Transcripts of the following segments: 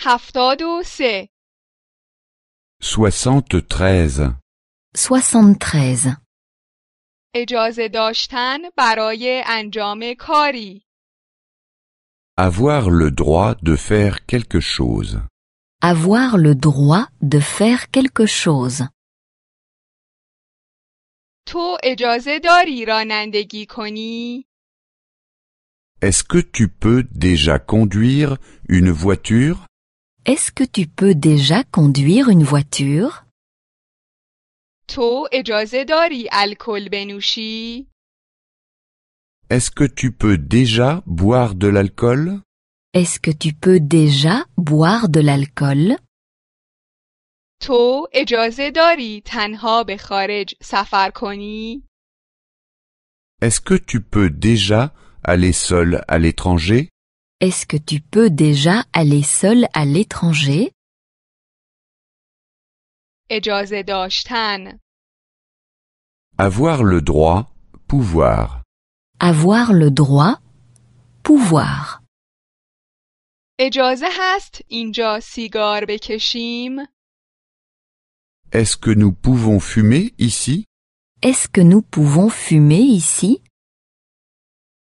هفتاد و سه soixante-treize, 73. اجازه داشتن برای انجام کاری avoir le droit de faire quelque chose, Avoir le droit de faire quelque chose. تو اجازه داری رانندگی کنی؟ est-ce que tu peux déjà conduire une voiture Est-ce que tu peux déjà conduire une voiture تو اجازه داری الکل بنوشی؟ Est-ce que tu peux déjà boire de l'alcool Est-ce que tu peux déjà boire de l'alcool تو اجازه داری تنها به خارج سفر کنی؟ Est-ce que tu peux déjà aller seul à l'étranger Est-ce que tu peux déjà aller seul à l'étranger اجازه داشتن Avoir le droit, pouvoir. Avoir le droit, pouvoir. اجازه هست اینجا سیگار بکشیم؟ Est-ce que nous pouvons fumer ici Est-ce que nous pouvons fumer ici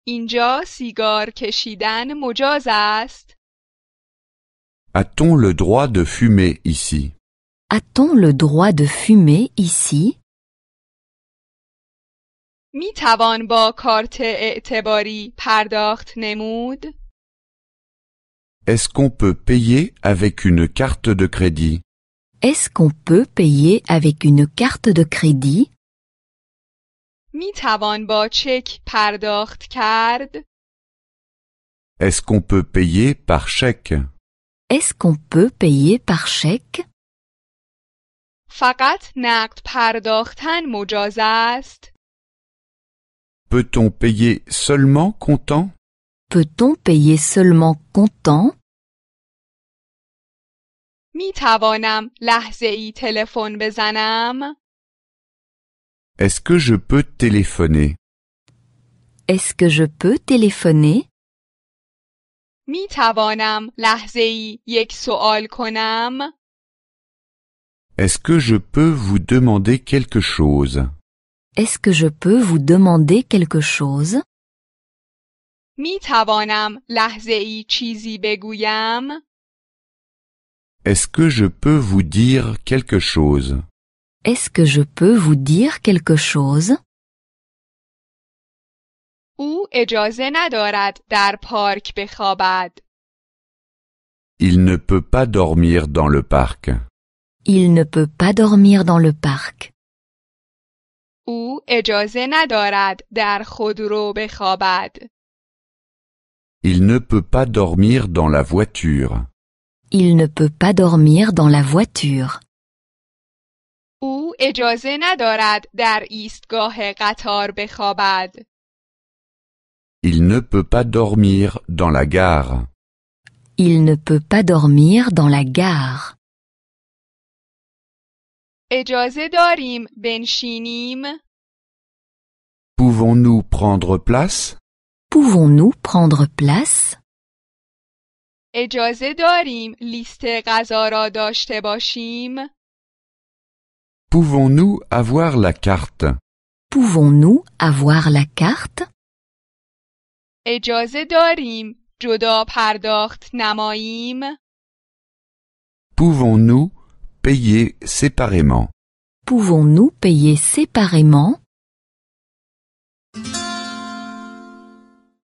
اینجا سیگار کشیدن مجاز است؟ A-t-on le droit de fumer ici A-t-on le droit de fumer ici می توان با کارت اعتباری پرداخت نمود؟ Est-ce qu'on peut payer avec une carte de crédit Est-ce qu'on peut payer avec une carte de crédit می توان با چک پرداخت کرد؟ Est-ce qu'on peut payer par chèque Est-ce qu'on peut payer par chèque فقط نقد پرداختن مجاز است؟ Peut-on payer seulement comptant Peut-on payer seulement comptant می توانم لحظه ای تلفن بزنم؟ Est-ce que je peux téléphoner Est-ce que je peux téléphoner می توانم لحظه ای یک سوال کنم؟ Est-ce que je peux vous demander quelque chose Est-ce que je peux vous demander quelque chose می توانم لحظه ای چیزی بگویم؟ Est-ce que je peux vous dire quelque chose Est-ce que je peux vous dire quelque chose او اجازه ندارد در پارک بخوابد. Il ne peut pas dormir dans le parc. Il ne peut pas dormir dans le parc. او اجازه ندارد در خودرو بخوابد. Il ne peut pas dormir dans la voiture. Il ne peut pas dormir dans la voiture. او اجازه ندارد در ایستگاه قطار بخوابد. Il ne peut pas dormir dans la gare. Il ne peut pas dormir dans la gare. اجازه داریم بنشینیم؟ Pouvons-nous prendre place Pouvons-nous prendre place اجازه داریم لیست غذا را داشته باشیم؟ Pouvons-nous avoir la carte Pouvons-nous avoir la carte اجازه داریم جدا پرداخت نماییم؟ Pouvons-nous payer séparément Pouvons-nous payer séparément